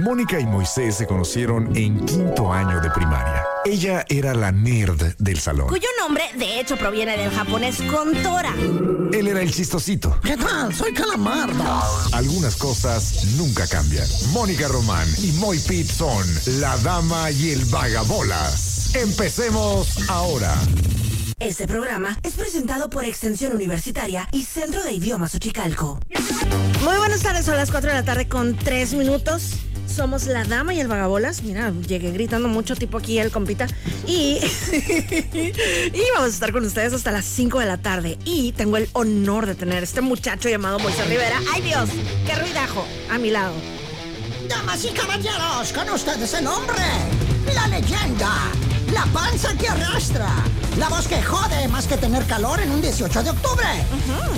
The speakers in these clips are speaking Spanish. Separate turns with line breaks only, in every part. Mónica y Moisés se conocieron en quinto año de primaria. Ella era la nerd del salón.
cuyo nombre de hecho proviene del japonés Contora.
Él era el chistosito.
¿Qué tal? Soy Calamardo.
Algunas cosas nunca cambian. Mónica Román y Moy Pitt son la dama y el vagabolas. Empecemos ahora.
Este programa es presentado por Extensión Universitaria y Centro de Idiomas Uchicalco.
Muy buenas tardes, son las 4 de la tarde con 3 minutos. Somos la dama y el vagabolas. Mira, llegué gritando mucho tipo aquí el compita. Y, y vamos a estar con ustedes hasta las 5 de la tarde. Y tengo el honor de tener a este muchacho llamado Moisés Rivera. ¡Ay Dios! ¡Qué ruidajo! A mi lado.
Damas y caballeros, con ustedes el hombre, la leyenda, la panza que arrastra, la voz que jode más que tener calor en un 18 de octubre.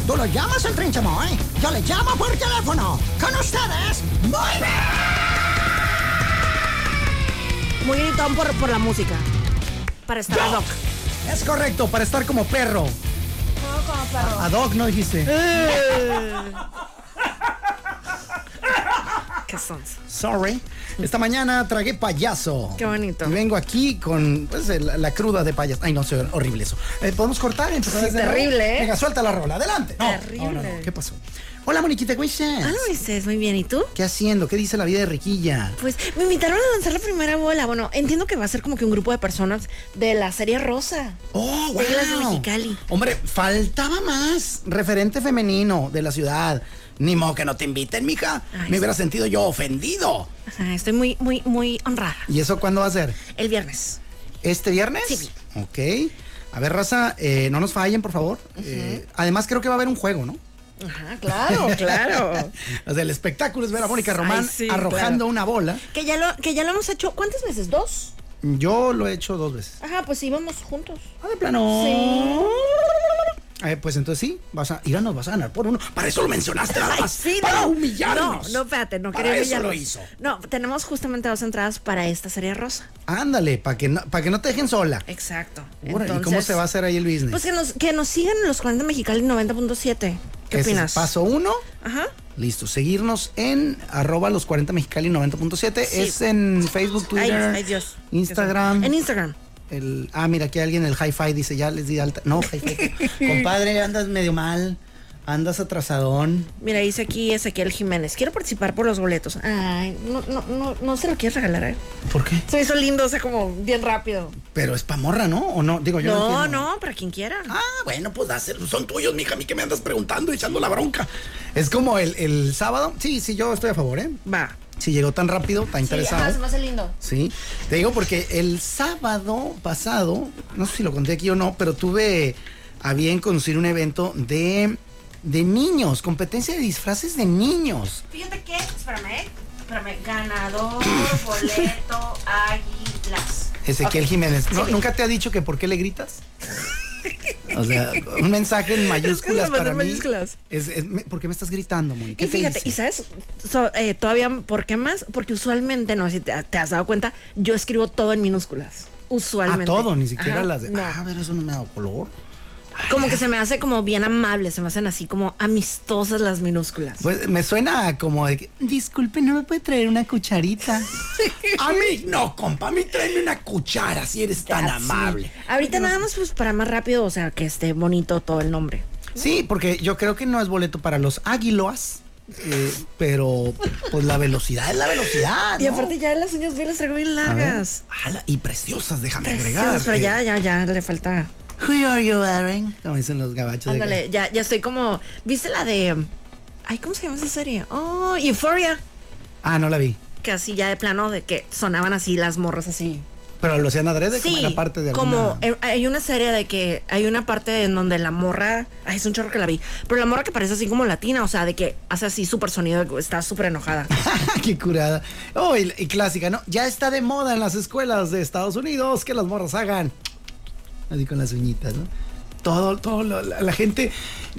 Tú lo llamas el trinchamoy, yo le llamo por teléfono. Con ustedes, muy
Muy gritón por, por la música. Para estar ad hoc.
Es correcto, para estar como perro. A Doc no dijiste.
¡Qué sons!
Sorry. Esta mañana tragué payaso.
Qué bonito.
Y vengo aquí con pues, el- la cruda de payaso. Ay, no, soy horrible eso. Eh, ¿Podemos cortar? Empezar
Sí,
desde nuevo?
terrible, ¿eh?
Venga, suelta la rola. Adelante. No,
Terrible.
no, no, no. ¿Qué pasó? Hola, Moniquita, ¿cómo estás?
Ah, Moisés, muy bien. ¿Y tú?
¿Qué haciendo? ¿Qué dice la vida de Riquilla?
Pues me invitaron a lanzar la primera bola. Bueno, entiendo que va a ser como que un grupo de personas de la serie Rosa.
Oh, wow.
Reglas de Mexicali.
Hombre, faltaba más referente femenino de la ciudad. Ni modo que no te inviten, mija.
Ay,
Me
sí.
hubiera sentido yo ofendido.
Ajá, estoy muy, muy, muy honrada.
¿Y eso cuándo va a ser?
El viernes.
¿Este viernes?
Sí.
Ok. A ver, raza, eh, no nos fallen, por favor. Eh, además, creo que va a haber un juego, ¿no?
Ajá, claro, claro.
O sea, el espectáculo es ver a Mónica
Ay,
Román
sí,
arrojando
claro.
una bola.
que, ya lo, que ya lo hemos hecho, ¿cuántas veces? ¿Dos?
Yo lo he hecho dos veces.
Ajá, pues íbamos juntos.
Ah, de plano.
Sí.
Eh, pues entonces sí, vas a, Irán nos vas a ganar por uno. Para eso lo mencionaste, nada más.
Sí,
para
no,
humillarnos.
No, no, espérate, no
Para
quería
eso lo
humillarnos.
hizo.
No, tenemos justamente dos entradas para esta serie rosa.
Ándale, para que, no, pa' que no te dejen sola.
Exacto.
Órale, ¿Y cómo se va a hacer ahí el business?
Pues que nos, que nos sigan en los 40 Mexicali 90.7. ¿Qué
Ese es
opinas?
paso uno.
Ajá.
Listo, seguirnos en arroba los 40 mexicali 90.7.
Sí.
Es en Facebook,
Ay,
Twitter,
ay, Dios.
Instagram.
En Instagram.
el- ah, mira, aquí alguien el hi-fi dice, ya les di alta. No, hi-fi. Compadre, andas medio mal. Andas atrasadón.
Mira, dice aquí Ezequiel Jiménez. Quiero participar por los boletos. Ay, no, no, no, no se lo quieres regalar, ¿eh?
¿Por qué?
Se me hizo lindo, o sea, como bien rápido.
Pero es pamorra, ¿no? ¿O no? Digo, yo
No,
entiendo.
no, para quien quiera.
Ah, bueno, pues dáselo. Son tuyos, mija. A mí que me andas preguntando, echando la bronca. Es como el, el sábado. Sí, sí, yo estoy a favor, ¿eh?
Va.
Si llegó tan rápido, tan interesado.
ajá, se me hace lindo.
Sí, te digo porque el sábado pasado, no sé si lo conté aquí o no, pero tuve a bien conducir un evento de, de niños, competencia de disfraces de niños.
Fíjate que, espérame, espérame. Ganador, boleto, águilas.
Ezequiel Jiménez, ¿no- ¿nunca te ha dicho que por qué le gritas? O sea, un mensaje en mayúsculas
mandó
para
en
mí.
mayúsculas.
Es, es- me- ¿Por qué me estás gritando, Moni? ¿Qué
Y
te
fíjate,
hice?
y sabes, So- eh, todavía, ¿por qué más? Porque usualmente, no, si te, te has dado cuenta, yo escribo todo en minúsculas. Usualmente.
A Ah, todo, ni siquiera
Ajá,
las de.
no.
Ah, a ver, eso no me da color.
Como que se me hace como bien amable, se me hacen así como amistosas las minúsculas.
Pues me suena como de que, disculpe, ¿no me puede traer una cucharita? a mí no, compa, a mí tráeme una cuchara si eres tan amable.
Ahorita nada más pues para más rápido, o sea, que esté bonito todo el nombre.
Sí, porque yo creo que no es boleto para los águiloas, eh, pero pues la velocidad es la velocidad.
Y
¿no?
aparte ya las uñas bien las traigo bien
A ver.
largas.
Ala, y preciosas, déjame agregar.
Preciosas, Pero
eh,
ya, ya, ya, le falta.
Who are you, Aaron? Como dicen los gabachos. de acá.
Ándale, ya, ya estoy como. ¿Viste la de. Ay, ¿cómo se llama esa serie? Oh, Euphoria.
Ah, no la vi.
Que así ya de plano de que sonaban así las morras así.
Pero lo hacían adrede como en la parte de
como
alguna-
eh, hay una serie de que hay una parte en donde la morra, ay, es un chorro que la vi, pero la morra que parece así como latina, o sea, de que hace así súper sonido, de que está súper enojada.
Qué curada. Oh, y, y clásica, ¿no? Ya está de moda en las escuelas de Estados Unidos que las morras hagan. Así con las uñitas, ¿no? Todo, todo, lo- la, la gente.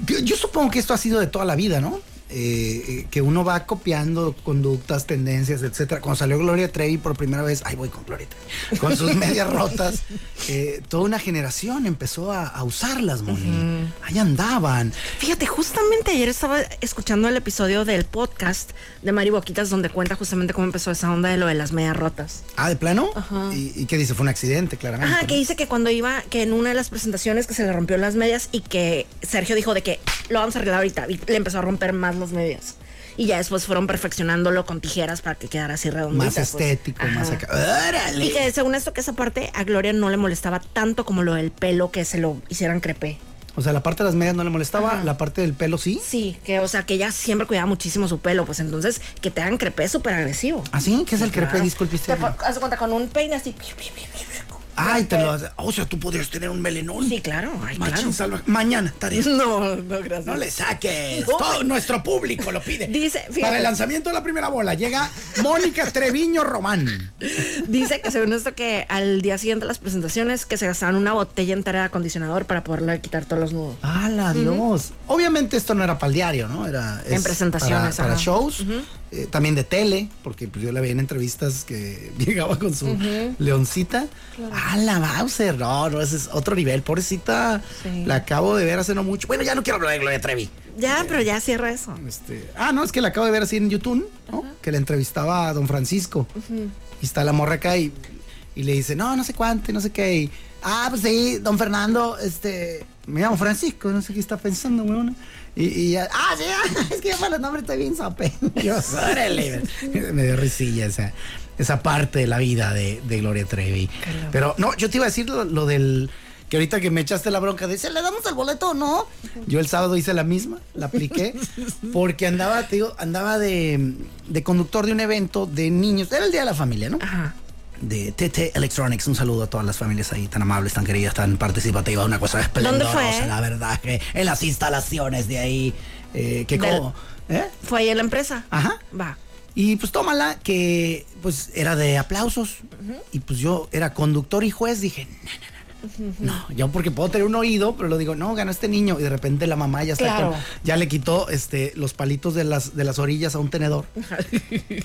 Yo, yo supongo que esto ha sido de toda la vida, ¿no? eh, eh, que uno va copiando conductas, tendencias, etcétera. Cuando salió Gloria Trevi por primera vez, ahí voy con Gloria Trevi, con sus medias rotas, eh, toda una generación empezó a, a usarlas, Moni. Ahí andaban.
Fíjate, justamente ayer estaba escuchando el episodio del podcast de Mari Boquitas donde cuenta justamente cómo empezó esa onda de lo de las medias rotas.
Ah, de plano. ¿Y, y qué dice? Fue un accidente, claramente.
Ajá,
¿no?
que dice que cuando iba, que en una de las presentaciones que se le rompió las medias y que Sergio dijo de que lo vamos a arreglar ahorita y le empezó a romper más las medias. Y ya después fueron perfeccionándolo con tijeras para que quedara así redondita.
Más
pues.
estético,
Ajá.
más acá. ¡Órale!
Y que según esto que esa parte a Gloria no le molestaba tanto como lo del pelo que se lo hicieran crepé.
O sea, la parte de las medias no le molestaba, la parte del pelo sí.
Sí, que o sea que ella siempre cuidaba muchísimo su pelo, pues entonces que te hagan crepé es súper agresivo.
¿Ah, sí? ¿Qué es el crepe?
Claro.
Disculpe usted.
Te pon- haz de cuenta con un peine así. piu, piu, piu, piu, piu.
este Ay, te lo hace. O sea, tú podrías tener un melenón.
Sí, claro, ay,
Machín
claro.
salvaje. Mañana, tarea.
No, no, gracias.
No le saques.
No.
Todo nuestro público lo pide.
Dice, fíjate.
Para el lanzamiento de la primera bola llega Mónica Treviño Román.
Dice que según esto que al día siguiente de las presentaciones que se gastaban una botella entera de acondicionador para poderle quitar todos los nudos.
¡Hala, Dios! Obviamente esto no era para el diario, ¿no? Era es
En presentaciones,
Para, para
ajá.
shows, eh, también de tele, porque pues, yo la veía en entrevistas que llegaba con su leoncita. ¡Hala, Bowser! No, no, ese es otro nivel. Pobrecita,
Sí.
la acabo de ver hace no mucho. Bueno, ya no quiero hablar de Gloria Trevi.
Ya, pero ya cierra eso.
Este, ah, no, es que la acabo de ver así en YouTube, ¿no? Que la entrevistaba a don Francisco. Y está la morra acá y, y le dice, no, no sé cuánto, y no sé qué. y, ah, pues sí, don Fernando, este, me llamo Francisco, no sé qué está pensando, weón. Y, y ya, ah, sí, ah, es que yo para los nombres estoy bien sope. Yo, órale. me dio risilla esa, esa parte de la vida de, de Gloria Trevi. Pero no, yo te iba a decir lo, lo del... Que ahorita que me echaste la bronca de, ¿se le damos el boleto o no? Yo el sábado hice la misma, la apliqué, porque andaba, te digo, andaba de, de conductor de un evento de niños. Era el Día de la Familia, ¿no?
Ajá.
de TT Electronics. Un saludo a todas las familias ahí tan amables, tan queridas, tan participativas. Una cosa esplendorosa,
fue?
la verdad, que en las instalaciones de ahí, eh, que
Del-
como... ¿eh?
Fue ahí en la empresa.
Ajá.
Va.
Y pues tómala, que pues era de aplausos. Y pues yo era conductor y juez, dije, "No, no, no, no, no, yo porque puedo tener un oído, pero lo digo, no, ganó este niño. Y de repente la mamá ya está
Claro.
con- ya le quitó este, los palitos de las, de las orillas a un tenedor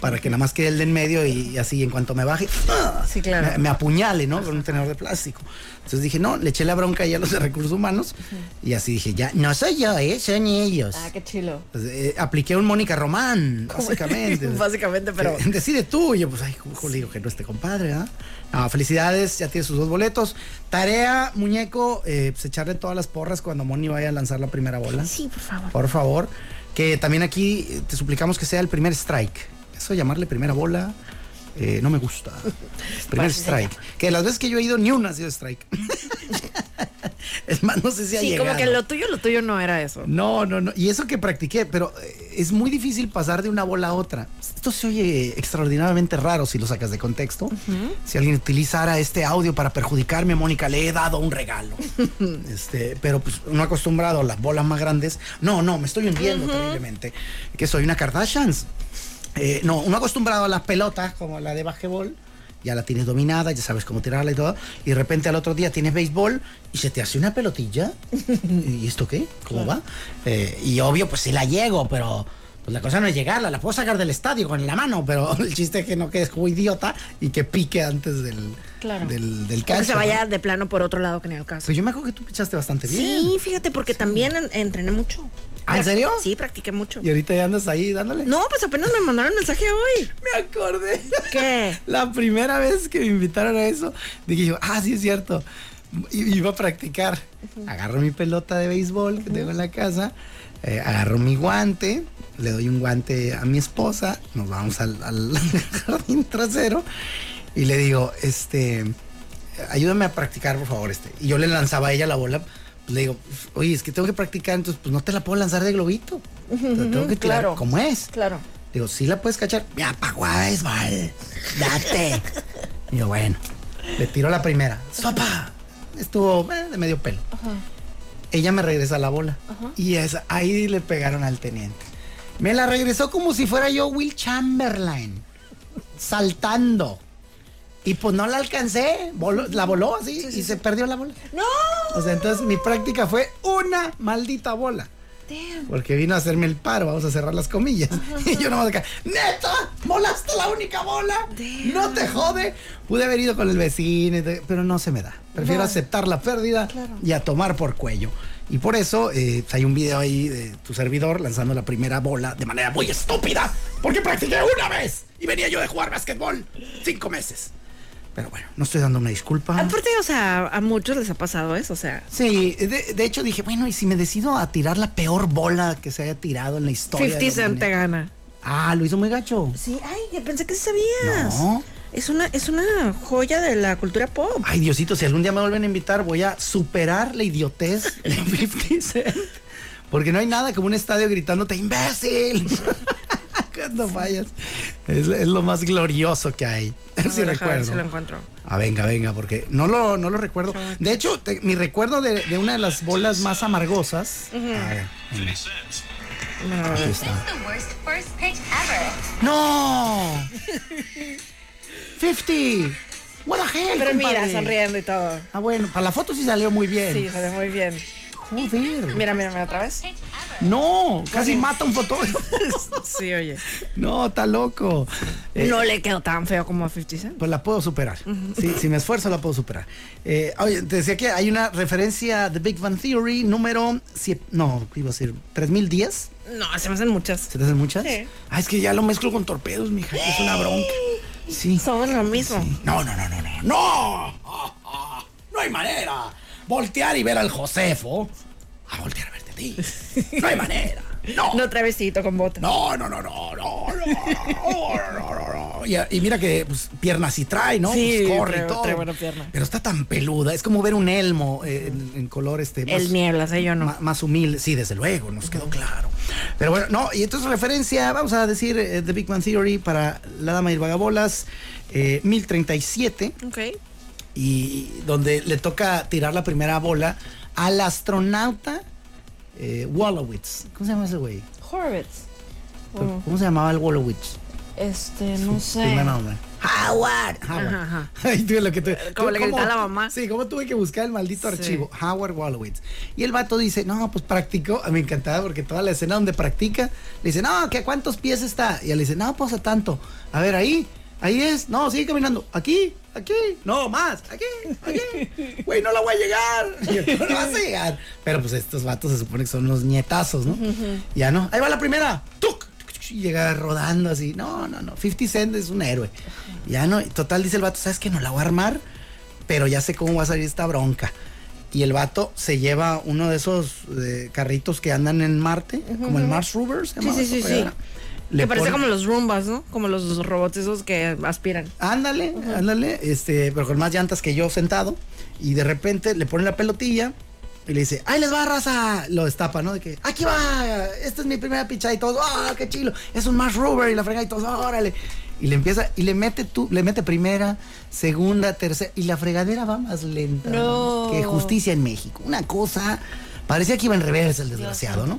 para que nada más quede el de en medio y así en cuanto me baje, ¡ah!
Sí, claro.
me, me apuñale, ¿no? Con un tenedor de plástico. Entonces dije, no, le eché la bronca ya a los de recursos humanos. Y así dije, ya, no soy yo, ¿eh? son ellos.
Ah, qué chilo.
Pues, eh, apliqué un Mónica Román, básicamente.
Básicamente, pero-
Que Decide tú. Y yo, pues, ay, ojo, le digo que no esté compadre, ¿ah? No, felicidades, ya tiene sus dos boletos. Tarea, muñeco, eh, pues echarle todas las porras cuando Moni vaya a lanzar la primera bola.
Sí, por favor.
Por favor. Que también aquí eh, te suplicamos que sea el primer strike. Eso de llamarle primera bola. eh, no me gusta. Primer strike. Que las veces que yo he ido, ni una ha sido strike. es más, no sé si ha
Sí,
llegado.
como que lo tuyo, lo tuyo no era eso.
No, no, no. Y eso que practiqué, pero eh, es muy difícil pasar de una bola a otra. Esto se oye extraordinariamente raro si lo sacas de contexto. Si alguien utilizara este audio para perjudicarme, Mónica, le he dado un regalo. este, pero pues no acostumbrado a las bolas más grandes. No, no, me estoy hundiendo terriblemente. Que soy una Kardashian. Eh, no, uno acostumbrado a las pelotas como la de basquetbol. Ya la tienes dominada, ya sabes cómo tirarla y todo. Y de repente al otro día tienes béisbol y se te hace una pelotilla. ¿Y esto qué? ¿Cómo va? Eh, y obvio, pues sí la llego, pero pues la cosa no es llegarla. La puedo sacar del estadio con la mano, pero el chiste es que no quedes como idiota y que pique antes del,
Claro.
del, del
O que
calcio,
se
¿no?
vaya de plano por otro lado que en el caso.
Pues yo me acuerdo que tú pichaste bastante bien.
Sí, fíjate, porque también en- entrené mucho.
¿Ah, en serio?
Sí, practiqué mucho.
Y ahorita ya andas ahí dándole.
No, pues apenas me mandaron mensaje hoy.
Me acordé.
¿Qué?
La primera vez que me invitaron a eso, dije yo, ah, sí es cierto. I- Iba a practicar. Agarro mi pelota de béisbol que tengo en la casa, eh, agarro mi guante, le doy un guante a mi esposa, nos vamos al, al jardín trasero y le digo, este, ayúdame a practicar, por favor, este. Y yo le lanzaba a ella la bola. pues, Le digo, oye, es que tengo que practicar, entonces pues no te la puedo lanzar de globito. Te la tengo que tirar
claro.
como es.
Claro.
Digo, sí la puedes cachar. Ya pagó a béisbol. Date. Y yo, bueno. Le tiró la primera. ¡Sopa! Estuvo eh, de medio pelo. Ella me regresa la bola. Y es, ahí le pegaron al teniente. Me la regresó como si fuera yo Will Chamberlain. Saltando. Y pues no la alcancé. voló- la voló así y se perdió la bola.
¡No!
O sea, entonces mi práctica fue una maldita bola.
Damn.
Porque vino a hacerme el paro, vamos a cerrar las comillas. Y yo nomás acá, ¡neta! ¡Molaste la única bola!
Damn.
¡No te jode! Pude haber ido con el vecino, y te- pero no se me da. Prefiero
No.
aceptar la pérdida y a tomar por cuello. Y por eso eh, hay un video ahí de tu servidor lanzando la primera bola de manera muy estúpida. Porque practiqué una vez y venía yo de jugar básquetbol cinco meses. Pero bueno, no estoy dando una disculpa.
Aparte, o sea, a muchos les ha pasado eso, o sea,
Sí, de, de hecho dije, bueno, ¿y si me decido a tirar la peor bola que se haya tirado en la historia? de la
50 Cent te
humanidad?
gana.
Ah, lo hizo muy gacho.
Sí, ay, yo pensé que sí sabías.
No. Ah,
Es una, es una joya de la cultura pop.
Ay, Diosito, si algún día me vuelven a invitar, voy a superar la idiotez de 50 Cent. Porque no hay nada como un estadio gritándote, imbécil. Cuando fallas. Es, es lo más glorioso que hay.
A
Sí
ver, déjame ver
recuerdo.
si lo encuentro.
Ah, venga, venga, porque no lo, no lo recuerdo. De hecho, te- mi recuerdo de, de una de las bolas más amargosas. A ver, venga. Aquí está.
It's the worst first pitch ever.
¡No! ¡50! ¡What the hell,
Pero mira,
compadre!
sonriendo y todo.
Ah, bueno, para la foto sí salió muy bien.
Sí, se ve muy bien.
Joder.
Mira, mira, mira, otra vez.
No, casi mata a un fotógrafo.
Sí, oye.
no, está loco. Eh,
No le quedó tan feo como a 50 Cent.
Pues la puedo superar. Sí, si me esfuerzo, la puedo superar. Eh, oye, te decía que hay una referencia de Big Bang Theory número. siete- no, iba a decir 3010.
No, se me hacen muchas.
¿Se te hacen muchas?
Sí.
Ah, es que ya lo mezclo con torpedos, mija. Es una bronca. Sí.
Somos lo mismo.
No, no, no, no, no. ¡No! Ah, ah, No hay manera. Voltear y ver al Josefo. A voltear a verte a ti. No hay manera. No.
No travesito con botas.
No, no, no, no, no, no, no, no, no, no. Y, y mira que pues, piernas sí trae, ¿no?
Sí,
Pues, corre
trae-
y todo.
trae buena pierna.
Pero está tan peluda, es como ver un elmo eh, en, en color este. más-
El niebla, sé yo no.
ma- más humilde, sí, desde luego, nos quedó claro. Pero bueno, no, y entonces referencia, vamos a decir, eh, The Big Man Theory para La Dama y el Vagabolas, eh, 1037,
Ok.
y donde le toca tirar la primera bola al astronauta eh, Wolowitz. ¿Cómo se llama ese güey?
Horvitz. Oh.
Pero, ¿Cómo se llamaba el Wolowitz?
Este, no sé.
Primer nombre. Howard. Howard.
ajá.
Ay, tú, lo que tú-
Como
tú,
le
¿cómo-
gritaba la mamá.
Sí, como tuve que buscar el maldito
Sí.
archivo. Howard Wolowitz. Y el vato dice, no, pues practicó. Me encantaba porque toda la escena donde practica, le dice, no, ¿qué, ¿cuántos pies está? Y él le dice, no, pues a tanto. A ver, ahí, ahí es. No, sigue caminando. Aquí, aquí. No, más. Aquí, aquí. Güey, no la voy a llegar. Y yo, no vas a llegar. Pero pues estos vatos se supone que son unos nietazos, ¿no? Ya no. Ahí va la primera. ¡Tuc! Y llega rodando así. No, no, no. 50 Cent es un héroe. Ya no. y Total, dice el vato, ¿sabes que No la voy a armar, pero ya sé cómo va a salir esta bronca. Y el vato se lleva uno de esos eh, carritos que andan en Marte, como el Mars Rover. se
Sí,
llamaba
sí,
esa
sí, sí.
fregadera. Le
Que parece
pone-
como los Roombas, ¿no? Como los robots esos que aspiran.
Ándale, ándale, este, pero con más llantas que yo sentado. Y de repente le pone la pelotilla y le dice, ¡ahí les va, raza! Lo destapa, ¿no? De que, ¡aquí va! Esta es mi primera pichada y todos, ¡ah, qué chilo! Es un más rubber y la frega y todos, ¡órale! Y le empieza, y le mete tú, le mete primera, segunda, tercera, y la fregadera va más lenta
No.
que justicia en México. Una cosa, parecía que iba en reversa el desgraciado, ¿no?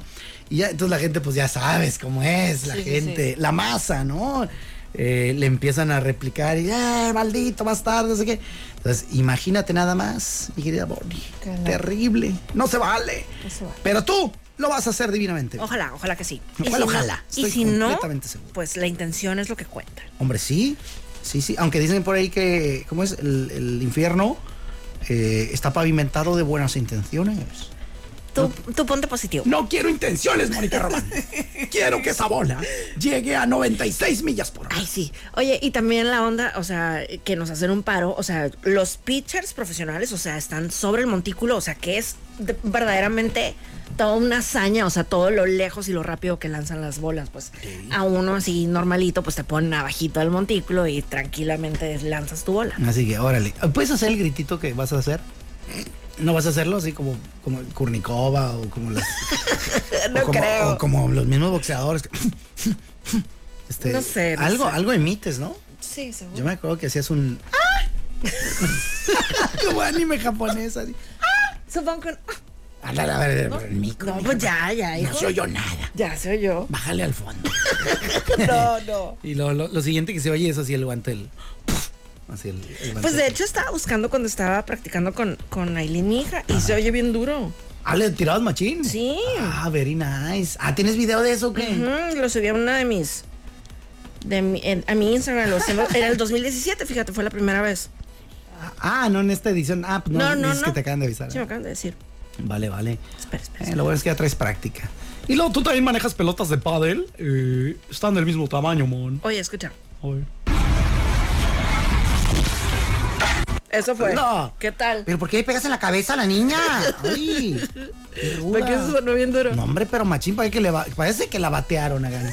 Y ya, entonces la gente, pues ya sabes cómo es, la
Sí, sí,
gente, la masa, ¿no? Eh, le empiezan a replicar y, ¡eh, maldito, más tarde, no sé qué! Entonces, imagínate nada más, mi querida Bonnie.
Claro.
Terrible. No se vale. Pero tú lo vas a hacer divinamente.
Ojalá, ojalá que sí. Y
Ojalá,
si no-
ojalá.
Y
Estoy
si no,
completamente seguro.
pues la intención es lo que cuenta.
Hombre, sí. Sí, sí. Aunque dicen por ahí que, ¿cómo es? El, el infierno eh, está pavimentado de buenas intenciones.
Tú, tú ponte positivo.
No quiero intenciones, Mónica Román. quiero que esa bola llegue a 96 millas por hora.
Ay, sí. Oye, y también la onda, o sea, que nos hacen un paro. O sea, los pitchers profesionales, o sea, están sobre el montículo. O sea, que es de- verdaderamente toda una hazaña. O sea, todo lo lejos y lo rápido que lanzan las bolas. Pues a uno así normalito, pues te ponen abajito del montículo y tranquilamente lanzas tu bola.
Así que, órale. ¿Puedes hacer el gritito que vas a hacer? ¿No vas a hacerlo así como, como el Kurnikova o como las...
No
o como,
creo.
o como los mismos boxeadores. que- Este,
No sé, no
algo,
sé.
algo emites, ¿no?
Sí, seguro.
Yo me acuerdo que hacías un... ¡ah! como anime japonés, así.
Supongo que.
A ver, a ver, a ver, el micro.
No, pues ya, ya,
No
hijo.
se oyó nada.
Ya se oyó.
Bájale al fondo.
No, no.
Y lo, lo- lo siguiente que se oye es así el guantel. Así el, el guante.
Pues de hecho estaba buscando cuando estaba practicando con, con Aileen, mi hija, y se oye bien duro.
Ah, le tirados machín.
Sí.
Ah, very nice. Ah, ¿tienes video de eso o qué?
Ujú, lo subí a una de mis. De mi- en- a mi Instagram. lo hacemos- era el 2017, fíjate, fue la primera vez.
Ah, no en esta edición. Ah, pues no,
No, no,
dices
no.
que te acaban de avisar. ¿eh?
Sí, me acaban de decir.
Vale, vale.
Espera, espera.
Eh, lo bueno es que ya traes práctica.
Y luego tú también manejas pelotas de pádel. eh, están del mismo tamaño, mon.
Oye, escucha.
A ver.
Eso fue.
No.
¿Qué tal?
¿Pero por qué le pegas en la cabeza a la niña? Ay, qué ruda.
Porque eso sonó bien duro.
No,
No,
hombre, pero machín parece que, le va- parece que la batearon, Hagan.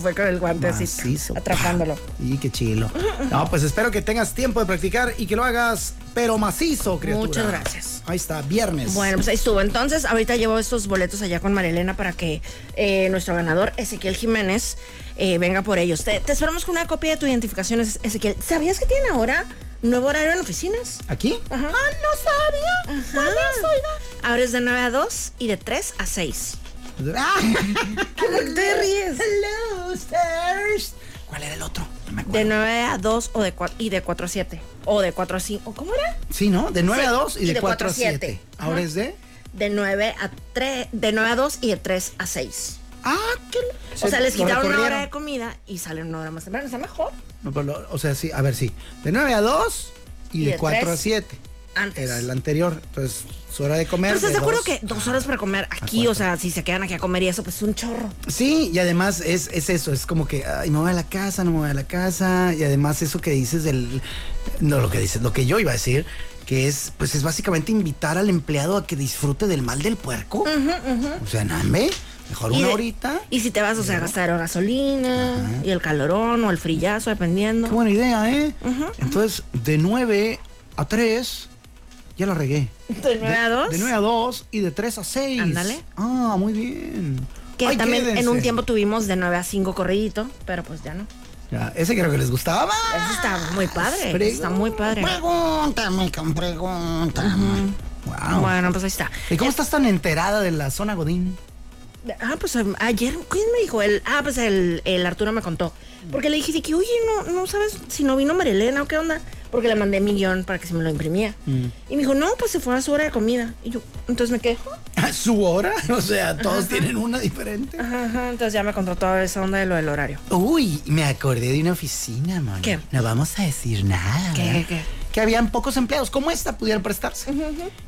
fue con el guante así.
Macizo.
Atrapándolo.
Y qué chilo. No, pues espero que tengas tiempo de practicar y que lo hagas, pero macizo, criatura.
Muchas gracias.
Ahí está, viernes.
Bueno, pues ahí estuvo. Entonces, ahorita llevo estos boletos allá con Marilena para que eh, nuestro ganador, Ezequiel Jiménez, eh, venga por ellos. Te, te esperamos con una copia de tu identificación, Es- Ezequiel. ¿Sabías que tiene ahora nuevo horario en oficinas?
¿Aquí?
Ajá. Ah, no sabía. Ahora es de 9 a 2 y de 3 a 6.
Ah,
te ríes?
losers. ¿Cuál era el otro? No me acuerdo.
De 9 a 2 o de cua- y de 4 a 7. O de 4 a 5. ¿Cómo era?
Sí, ¿no? De 9
Sí,
a 2 y, de 4 a 7.
siete.
Ahora es de.
De 9 a 3, de 9 a 2 y de 3 a 6.
Ah, qué. lo-
O sea, les
lo
quitaron una
recorrieron.
hora de comida y salen una hora más temprano. Está mejor.
No, pero lo- o sea, sí, a ver, sí. De 9 a 2 y,
Y
de,
de
4 a
tres
7.
antes.
Era el anterior. Entonces, su hora de comer.
Pero estás
de
de acuerdo
dos
que dos horas para comer aquí,
cuatro.
o sea, si se quedan aquí a comer y eso, pues es un chorro.
Sí, y además es, es eso, es como que, ay, me voy a la casa, no me voy a la casa, y además eso que dices del, no lo que dices, lo que yo iba a decir, que es, pues es básicamente invitar al empleado a que disfrute del mal del puerco. O sea, nambe, mejor una
de-
horita.
Y si te vas, o sea, a gastar o gasolina y el calorón o el frillazo, dependiendo.
Qué buena idea, ¿eh? Entonces, de 9 a 3, ya la regué.
De 9 a 2.
De 9 a 2 y de 3 a 6.
Ándale.
Ah, muy bien.
Que
Ay,
también en un
quédense.
tiempo tuvimos de 9 a 5 corridito, pero pues ya no.
Ya, ese creo que les gustaba.
Eso está muy padre. eso
fregón.
está muy padre.
Pregúntame, con pregúntame.
Wow.
Bueno, pues ahí está.
¿Y cómo estás tan enterada de la zona Godín?
Ah, pues em, ayer, ¿quién me dijo? El, ah, pues el, el Arturo me contó. Porque le dije de que, oye, no, no sabes si no vino Marilena o qué onda. Porque le mandé mi guión para que se me lo imprimía. Y me dijo, no, pues se fue a su hora de comida. Y yo, entonces me quedé, "Ah".
¿Su hora? O sea, todos tienen una diferente.
ajá, ajá. Entonces ya me contó toda esa onda de lo del horario.
Uy, me acordé de una oficina, mano.
¿Qué?
No vamos a decir nada.
¿Qué,
¿verdad?
qué, qué?
Que habían pocos empleados, como esta pudieran prestarse.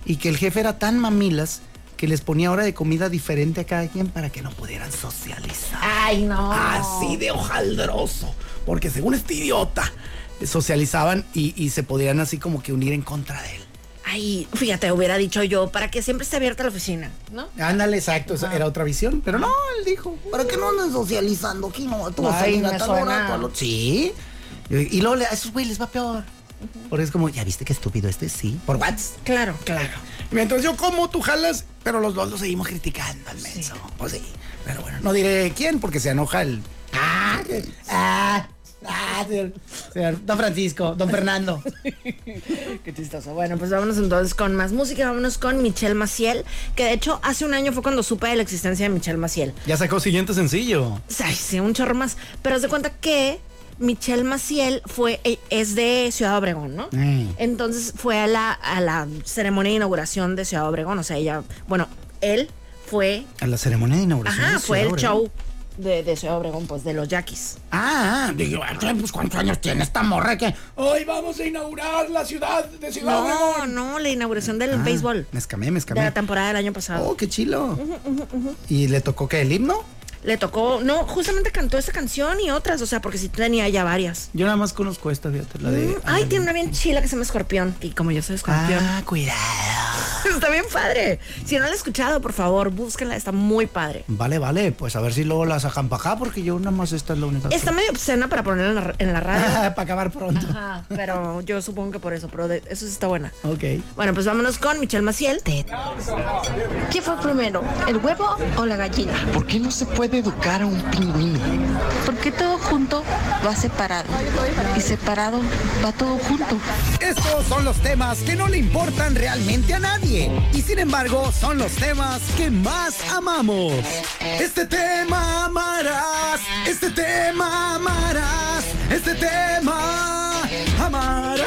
Y que el jefe era tan mamilas que les ponía hora de comida diferente a cada quien para que no pudieran socializar.
Ay, no.
Así de hojaldroso. Porque según este idiota, socializaban y, y se podían así como que unir en contra de él.
Ay, fíjate, hubiera dicho yo, para que siempre esté abierta la oficina, ¿no?
Ándale, exacto, esa era otra visión, pero no, él dijo.
¿Para qué no andan socializando? ¿Quién no va a
Ay,
salir a
me
tal hora,
suena.
tal hora?
Sí. Y luego le- a esos güeyes les va peor. Porque es como, ya viste qué estúpido este, sí. Por WhatsApp.
Claro, claro.
Mientras yo como, tú jalas, pero los dos lo seguimos criticando al menso. Pues sí. Pero bueno, no diré quién porque se enoja el. Ah, que- ah, ah, señor- señor Don Francisco, Don Fernando.
Qué chistoso. Bueno, pues vámonos entonces con más música. Vámonos con Michelle Maciel, que de hecho hace un año fue cuando supe de la existencia de Michelle Maciel.
Ya sacó siguiente sencillo.
Ay, sí, un chorro más. Pero haz de cuenta que Michelle Maciel fue, e- es de Ciudad Obregón, ¿no?
Mm.
Entonces fue a la, a la ceremonia de inauguración de Ciudad Obregón. O sea, ella, bueno, él fue,
A la ceremonia de inauguración.
ajá,
de
Ah, fue
Pues Ciudad
el
Obregón.
show de, de Ciudad Obregón, pues de los Yaquis.
Ah, ah, digo, ah, pues cuántos años tiene esta morra que hoy vamos a inaugurar la ciudad de Ciudad Obregón.
No, no, la inauguración del
Ah,
béisbol.
Me escamé, me escamé.
De la temporada del año pasado.
Oh, qué chilo. ¿Y le tocó qué? ¿El himno?
Le tocó, no, justamente cantó esa canción y otras, o sea, porque sí tenía ya varias.
Yo nada más conozco esta, fíjate, la de.
Ay, tiene una bien chila que se llama Escorpión. Y como yo soy escorpión,
Ah, cuidado.
está bien padre. Si no la han escuchado, por favor, búsquenla, está muy padre.
Vale, vale, pues a ver si luego la sacan para acá, porque yo nada más esta es la única. que-
Está medio obscena para ponerla en la, en la radio.
para acabar pronto.
Ajá, pero yo supongo que por eso, pero de- eso sí está buena.
Ok.
Bueno, pues vámonos con Michelle Maciel.
¿Qué fue primero, el huevo o la gallina?
¿Por qué no se puede educar a un pingüino?
Porque todo junto va separado y separado va todo junto.
Estos son los temas que no le importan realmente a nadie y sin embargo son los temas que más amamos. Este tema amarás, este tema amarás, este tema amarás.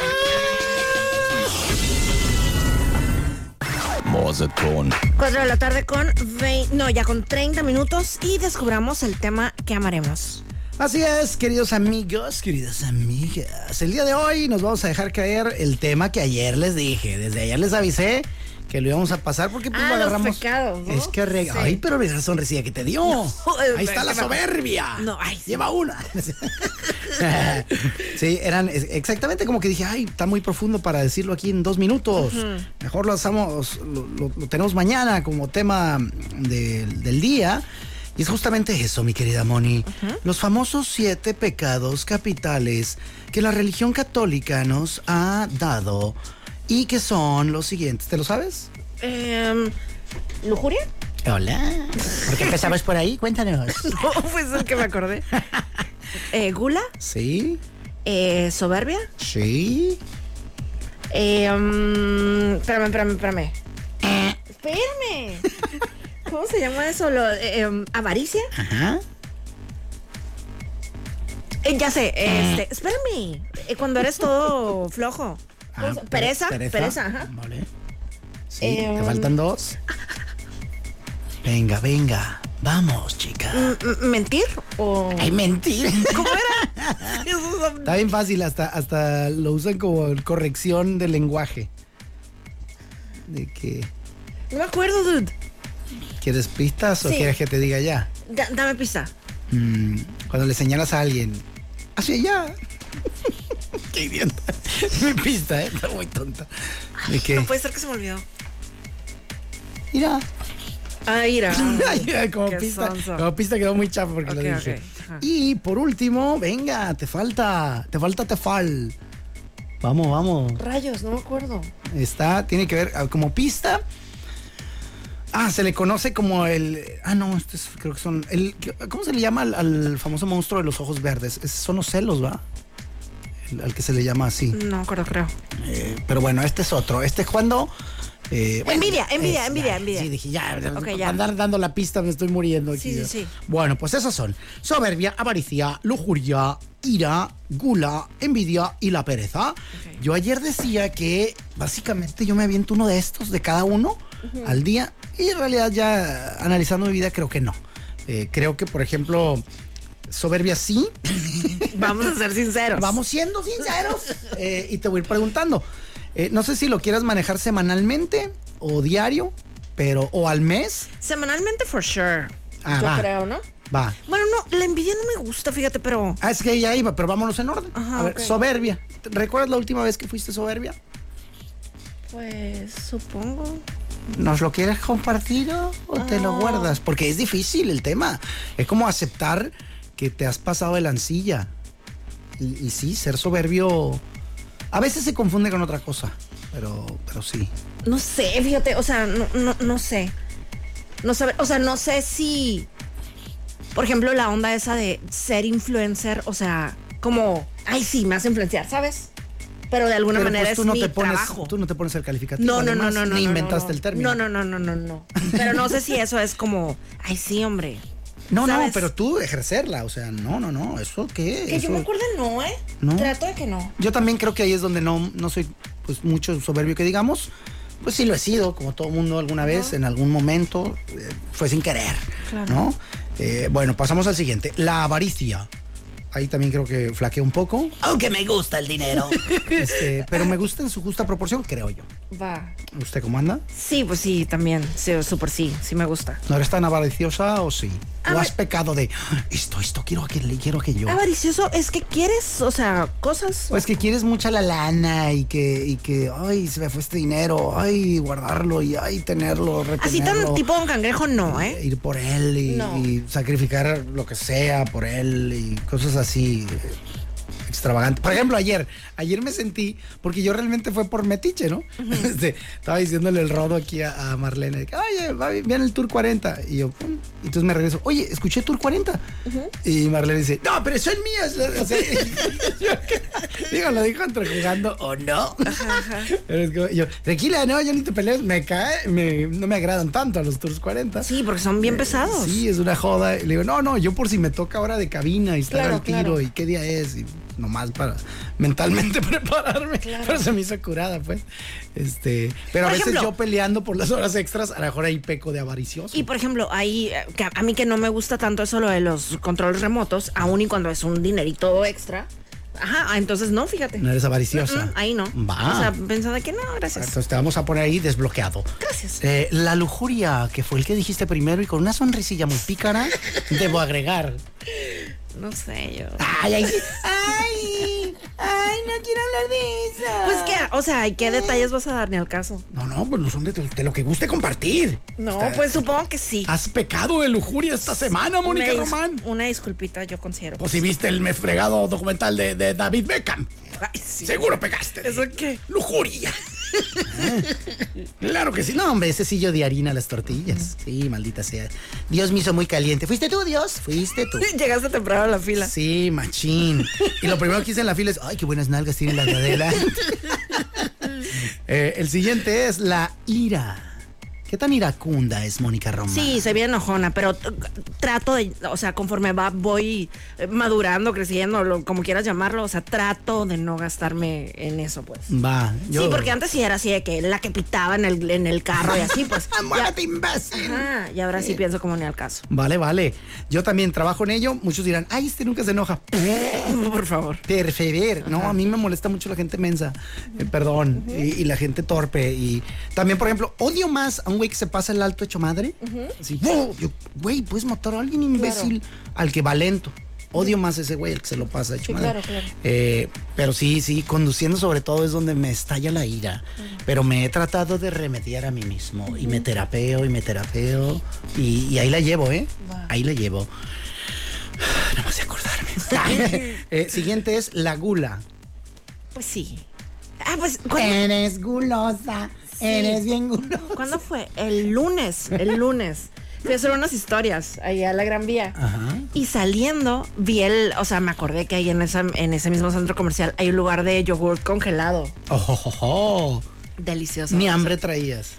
Rosetón.
4 de la tarde con 20, no, ya con 30 minutos y descubramos el tema que amaremos.
Así es, queridos amigos, queridas amigas. El día de hoy nos vamos a dejar caer el tema que ayer les dije. Desde ayer les avisé que lo íbamos a pasar porque pues
Ah,
lo
los
agarramos.
pecados, ¿no?
Es que rega.
Sí.
Ay, pero mira la sonrisilla que te dio. Ahí está la soberbia.
No, ay, sí.
Lleva una. sí, eran es- exactamente como que dije, ay, está muy profundo para decirlo aquí en dos minutos. Mejor lo, hacemos, lo, lo- lo tenemos mañana como tema de- del día. Y es justamente eso, mi querida Moni. Los famosos siete pecados capitales que la religión católica nos ha dado y que son los siguientes. ¿Te lo sabes?
Em, ¿Lujuria?
Hola. ¿Por qué empezamos por ahí? Cuéntanos.
No, pues es que me acordé. Eh, ¿Gula?
Sí,
Eh, ¿Soberbia?
sí.
Eh, mm, espérame, espérame, espérame.
Eh.
Espérame. ¿Cómo se llama eso? Lo, eh, em, ¿Avaricia?
Ajá.
Eh, ya sé, este, espérame. Eh, cuando eres todo flojo.
Ah,
Pues, pereza,
pere-
pereza, ajá.
Vale. Sí,
Eh,
te faltan dos. Venga, venga. Vamos, chica.
M- m- ¿Mentir? ¿O
Ay, mentira.
Mm. cómo era? Esos son-
Está bien fácil, hasta, hasta lo usan como corrección del lenguaje. De que.
no me acuerdo, dude.
¿Quieres pistas o
Sí.
quieres que te diga ya?
Da- dame pista.
Mm, cuando le señalas a alguien. Hacia allá. Qué idiota. Mi pista, ¿eh? Está muy tonta. De que.
No puede ser que se me olvidó.
Mira.
Ah, ira.
Ay, como,
qué
pista,
sonso.
como pista quedó muy chafa porque
Ok,
lo dije.
ok, ajá.
Y por último, venga, te falta, te falta Tefal. Vamos, vamos.
Rayos, no me acuerdo.
Está, tiene que ver ah, como pista. Ah, se le conoce como el. Ah, no, estos creo que son. El, ¿Cómo se le llama al, al famoso monstruo de los ojos verdes? Es- son los celos, ¿va? El- al que se le llama así.
No me acuerdo, creo.
Eh, pero bueno, este es otro. Este es cuando. eh, bueno,
Envidia, envidia, envidia,
ya,
envidia.
Sí, dije, ya,
Ok,
para
ya.
andar dando la pista me estoy muriendo aquí.
Sí, sí, sí.
Bueno, pues esas son soberbia, avaricia, lujuria, ira, gula, envidia y la pereza. Yo ayer decía que básicamente yo me aviento uno de estos, de cada uno, al día. Y en realidad ya analizando mi vida creo que no. Eh, creo que, por ejemplo, soberbia sí,
Vamos a ser sinceros.
Vamos siendo sinceros. Eh, y te voy a ir preguntando. Eh, no sé si lo quieras manejar semanalmente o diario, pero o al mes.
Semanalmente, for sure.
Ah,
Yo
va.
creo, ¿no?
Va.
Bueno, no, la envidia no me gusta, fíjate, pero.
Ah, es que ya iba, pero vámonos en orden.
Ajá,
a ver,
ok.
soberbia. ¿Te- ¿Recuerdas la última vez que fuiste soberbia?
Pues supongo.
¿Nos lo quieres compartir o o te
Ah.
lo guardas? Porque es difícil el tema. Es como aceptar que te has pasado de lancilla. Y, y sí, ser soberbio a veces se confunde con otra cosa, pero, pero sí.
No sé, fíjate, o sea, no, no, no sé. No sabe, o sea, no sé si. Por ejemplo, la onda esa de ser influencer, o sea, como, ay, sí, me hace influenciar, ¿sabes? Pero de alguna
Pero,
manera
pues,
es mi
pones,
trabajo.
Tú no te pones el calificativo.
no, no, no,
además,
no, no.
Ni
no,
inventaste
no.
el término.
No, no, no, no, no, no. Pero no sé si eso es como, ay, sí, hombre.
No, no,
¿sabes?
pero tú ejercerla. O sea, no, no, no. ¿Eso qué?
Que yo
Eso-
me acuerdo, no, ¿eh?
No.
Trato de que no.
Yo también creo que ahí es donde no, no soy pues mucho soberbio que digamos. Pues sí lo he sido, como todo mundo alguna vez, en algún momento. eh, fue sin querer.
Claro.
¿no? Eh, bueno, pasamos al siguiente. La avaricia. Ahí también creo que flaquea un poco.
Aunque me gusta el dinero.
este, pero me gusta en su justa proporción, creo yo.
Va.
¿Usted cómo anda?
Sí, pues sí, también. Sí, súper sí, sí me gusta.
¿No eres tan avariciosa o sí?
A
¿O has
ver-
pecado de "Ah, esto, esto quiero que quiero que yo?
Avaricioso es que quieres, o sea, cosas.
O es que quieres mucha la lana y que, y que, ay, se me fue este dinero, ay, guardarlo y ay, tenerlo,
Así
retenerlo.
tan tipo un cangrejo, no, ¿eh?
Ir por él y,
No.
y sacrificar lo que sea por él y cosas así eh, extravagantes. Por ejemplo, ayer, ayer me sentí, porque yo realmente fue por metiche, ¿no? Este, estaba diciéndole el rodo aquí a, a Marlene, de que, oye, va bien viene el Tour 40. Y yo, pum, y entonces me regreso, oye, escuché Tour 40. Y Marlene dice, no, pero son mías. O sea, yo- digo, lo dijo entrecugando o no. Pero es como, yo, tranquila, no, yo ni te peleas, me cae, me- no me agradan tanto a los Tours 40.
Sí, porque son
Eh,
bien pesados.
Sí, es una joda. Y Le digo, no, no, yo por si me toca ahora de cabina y estar
Claro,
al tiro
claro.
y qué día es. Y nomás para mentalmente prepararme. Pero se me hizo curada, pues. Este, pero a
Por
veces
ejemplo-
yo peleando por las horas extras, a lo mejor ahí peco de avaricioso.
Y por ejemplo, ahí, eh, que a- a mí que no me gusta tanto eso lo de los controles remotos, aún y cuando es un dinerito extra. Ajá, ah, entonces no, fíjate.
No eres avariciosa.
Mm, ahí no.
Va.
O sea, pensaba que no, gracias.
Entonces te vamos a poner ahí desbloqueado.
Gracias.
Eh, la lujuria, que fue el que dijiste primero y con una sonrisilla muy pícara, debo agregar.
No sé yo.
Ay, ay, ay, ay, no quiero hablar de eso.
Pues que, o sea, ¿y ¿qué detalles vas a dar ni al caso?
No, no, pues los hombres de, de lo que guste compartir.
No, pues supongo que sí.
Has pecado de lujuria esta semana, Ah, Mónica
dis-
Román.
una disculpita, yo considero.
Pues si viste el mefregado documental de, de David Beckham.
Ay, sí.
Seguro pegaste.
¿Eso qué?
Lujuria. ¿Eh? claro que sí. No, hombre, ese sillo de harina a las tortillas. Sí, maldita sea. Dios me hizo muy caliente. ¿Fuiste tú, Dios? Fuiste tú.
Llegaste temprano a la fila.
Sí, machín. Y lo primero que hice en la fila es, ay, qué buenas nalgas tiene la de Adela. Eh, el siguiente es la ira. ¿Qué tan iracunda es Mónica Román?
Sí, soy bien enojona, pero t- trato de, o sea, conforme va, voy eh, madurando, creciendo, lo- como quieras llamarlo, o sea, trato de no gastarme en eso, pues.
Va. yo-
Sí, porque antes sí era así de que la que pitaba en el, en el carro y así, pues. ya,
¡Muérete, imbécil!
Ajá, y ahora sí pienso como ni al caso.
Vale, vale. Yo también trabajo en ello. Muchos dirán, ay, este nunca se enoja.
Por favor.
Persever. No, a mí me molesta mucho la gente mensa. Eh, perdón. y, y la gente torpe. Y también, por ejemplo, odio más a un güey que se pasa el alto hecho madre. Así, ¡wow! Yo, güey, puedes matar a alguien imbécil al que va lento. Odio más a ese güey al que se lo pasa hecho madre.
claro, claro.
Eh, pero sí, sí, conduciendo sobre todo es donde me estalla la ira. Pero me he tratado de remediar a mí mismo. Y me terapeo, y me terapeo. Y, y ahí la llevo, ¿eh? Ahí la llevo. No más de acordarme. Eh, siguiente es la gula.
Pues sí. Ah, pues, ¿cuándo,
Eres gulosa. Eres bien gulosa.
cuándo fue? El lunes, el lunes. Fui a hacer unas historias allá a la Gran Vía.
Ajá.
Y saliendo, vi el, o sea, me acordé que ahí en, esa, en ese mismo centro comercial hay un lugar de yogurt congelado.
Oh, oh, oh, oh.
Delicioso.
Ni hambre traías.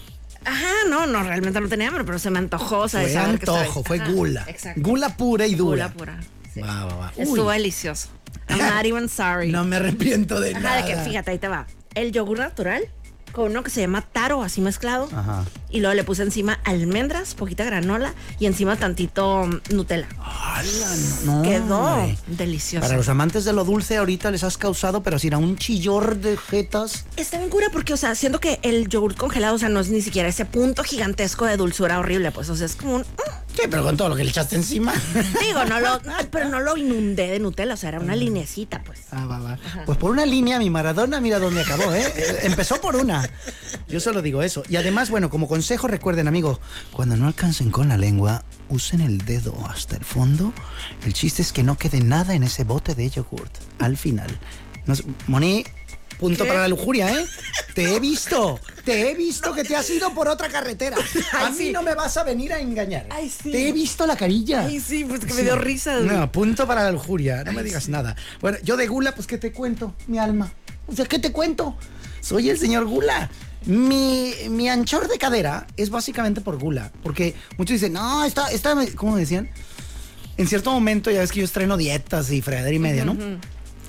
Ajá, no, no, realmente no tenía hambre, pero se me antojó, o sea, de
Fue
saber que estaba ahí.
antojo, fue
Ajá,
gula.
Exacto.
Gula pura y dura.
Gula pura. sí.
Va, va, va. Uy,
Estuvo delicioso. I'm not even sorry.
no me arrepiento de
Ajá,
nada.
de que fíjate, ahí te va. El yogur natural con uno que se llama taro, así mezclado.
Ajá.
Y luego le puse encima almendras, poquita granola y encima tantito mm, Nutella.
Ala, no, no,
Quedó
hombre.
delicioso.
Ah, Para los amantes de lo dulce, ahorita les has causado, pero sin a un chillor de jetas.
Está bien cura porque, o sea, siento que el yogur congelado, o sea, no es ni siquiera ese punto gigantesco de dulzura horrible, pues, o sea, es como un... mm.
Sí, pero con todo lo que le echaste encima.
Digo, no lo... Pero no lo inundé de Nutella, o sea, era una
Mm.
linecita, pues.
Ah, va, va. Pues por una línea, mi Maradona, mira dónde acabó, ¿eh? Eh, Empezó por una. Yo solo digo eso. Y además, bueno, como consejo, recuerden, amigos, cuando no alcancen con la lengua, usen el dedo hasta el fondo. El chiste es que no quede nada en ese bote de yogurt al final. No sé, Moni, punto para la lujuria, ¿eh? Te he visto, te he visto que te has ido por otra carretera. A mí no me vas a venir a engañar.
Ay, sí.
Te he visto la carilla.
Ay, sí, pues que me dio risa. güey.
No, punto para la lujuria, no me digas nada. Bueno, yo de gula, pues ¿qué te cuento, mi alma? O sea, ¿qué te cuento? Soy el señor gula. Mi, mi anchor de cadera es básicamente por gula, porque muchos dicen, no, está, está, ¿cómo decían? En cierto momento, ya ves que yo estreno dietas y fregadera y media, ¿no?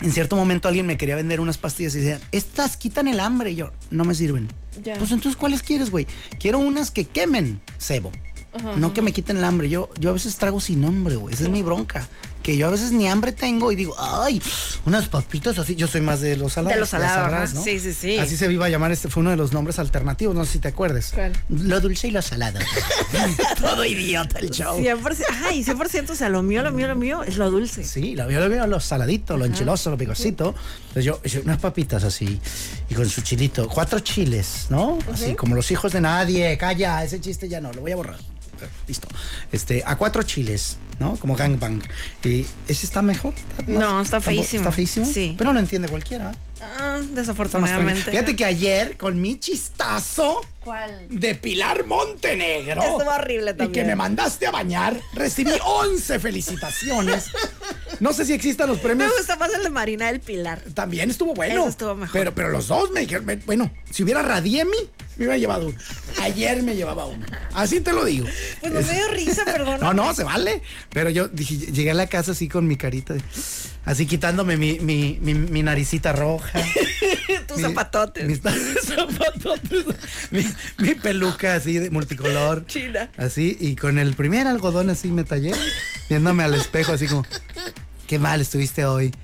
En cierto momento alguien me quería vender unas pastillas y decían, estas quitan el hambre. Y yo, no me sirven.
Ya.
Pues entonces, ¿cuáles quieres, güey? Quiero unas que quemen cebo. No que me quiten el hambre. Yo, yo a veces trago sin hambre, güey. Esa es mi bronca. Que yo a veces ni hambre tengo y digo, ay, unas papitas así. Yo soy más de los salados.
los
ya
salados,
sabrás,
ajá. Sí, sí, sí.
Así se iba a llamar, este fue uno de los nombres alternativos, no sé si te acuerdes.
¿Cuál?
Lo dulce y lo salado. Todo idiota el show.
100%, ajá, y 100%, o sea, lo mío, lo mío, lo mío es lo dulce.
Sí, lo veo, lo veo, lo saladito, lo enchiloso, lo picosito. Entonces yo, yo unas papitas así, y con su chilito, cuatro chiles, ¿no? Así como los hijos de nadie, calla, ese chiste ya no, lo voy a borrar. Listo. Este, a cuatro chiles, ¿no? Como gangbang. Y ese está mejor.
No, está
Tampoco-
feísimo.
Está feísimo.
Sí.
Pero lo entiende
Ah,
cualquiera. Está más tranquilo.
desafortunadamente.
Fíjate que ayer, con mi chistazo
¿Cuál?
de Pilar Montenegro.
Estuvo horrible
Y que
también.
me mandaste a bañar. Recibí 11 felicitaciones No sé si existan los
Me
premios.
gusta más el de Marina del Pilar.
También estuvo bueno.
pues, Eso estuvo mejor.
Pero, pero los dos me dijeron, me- bueno, si hubiera Radiemi, me hubiera llevado uno. Ayer me llevaba uno. Así te lo digo.
Pues no me dio risa, perdón.
No, no, se vale. Pero yo dije, llegué a la casa así con mi carita, de- así quitándome mi, mi, mi, mi naricita roja.
Tus
mi-
zapatotes.
Mis zapatotes. Mi, mi peluca así de multicolor.
China.
Así, y con el primer algodón así me tallé, viéndome al espejo así como, qué mal estuviste hoy.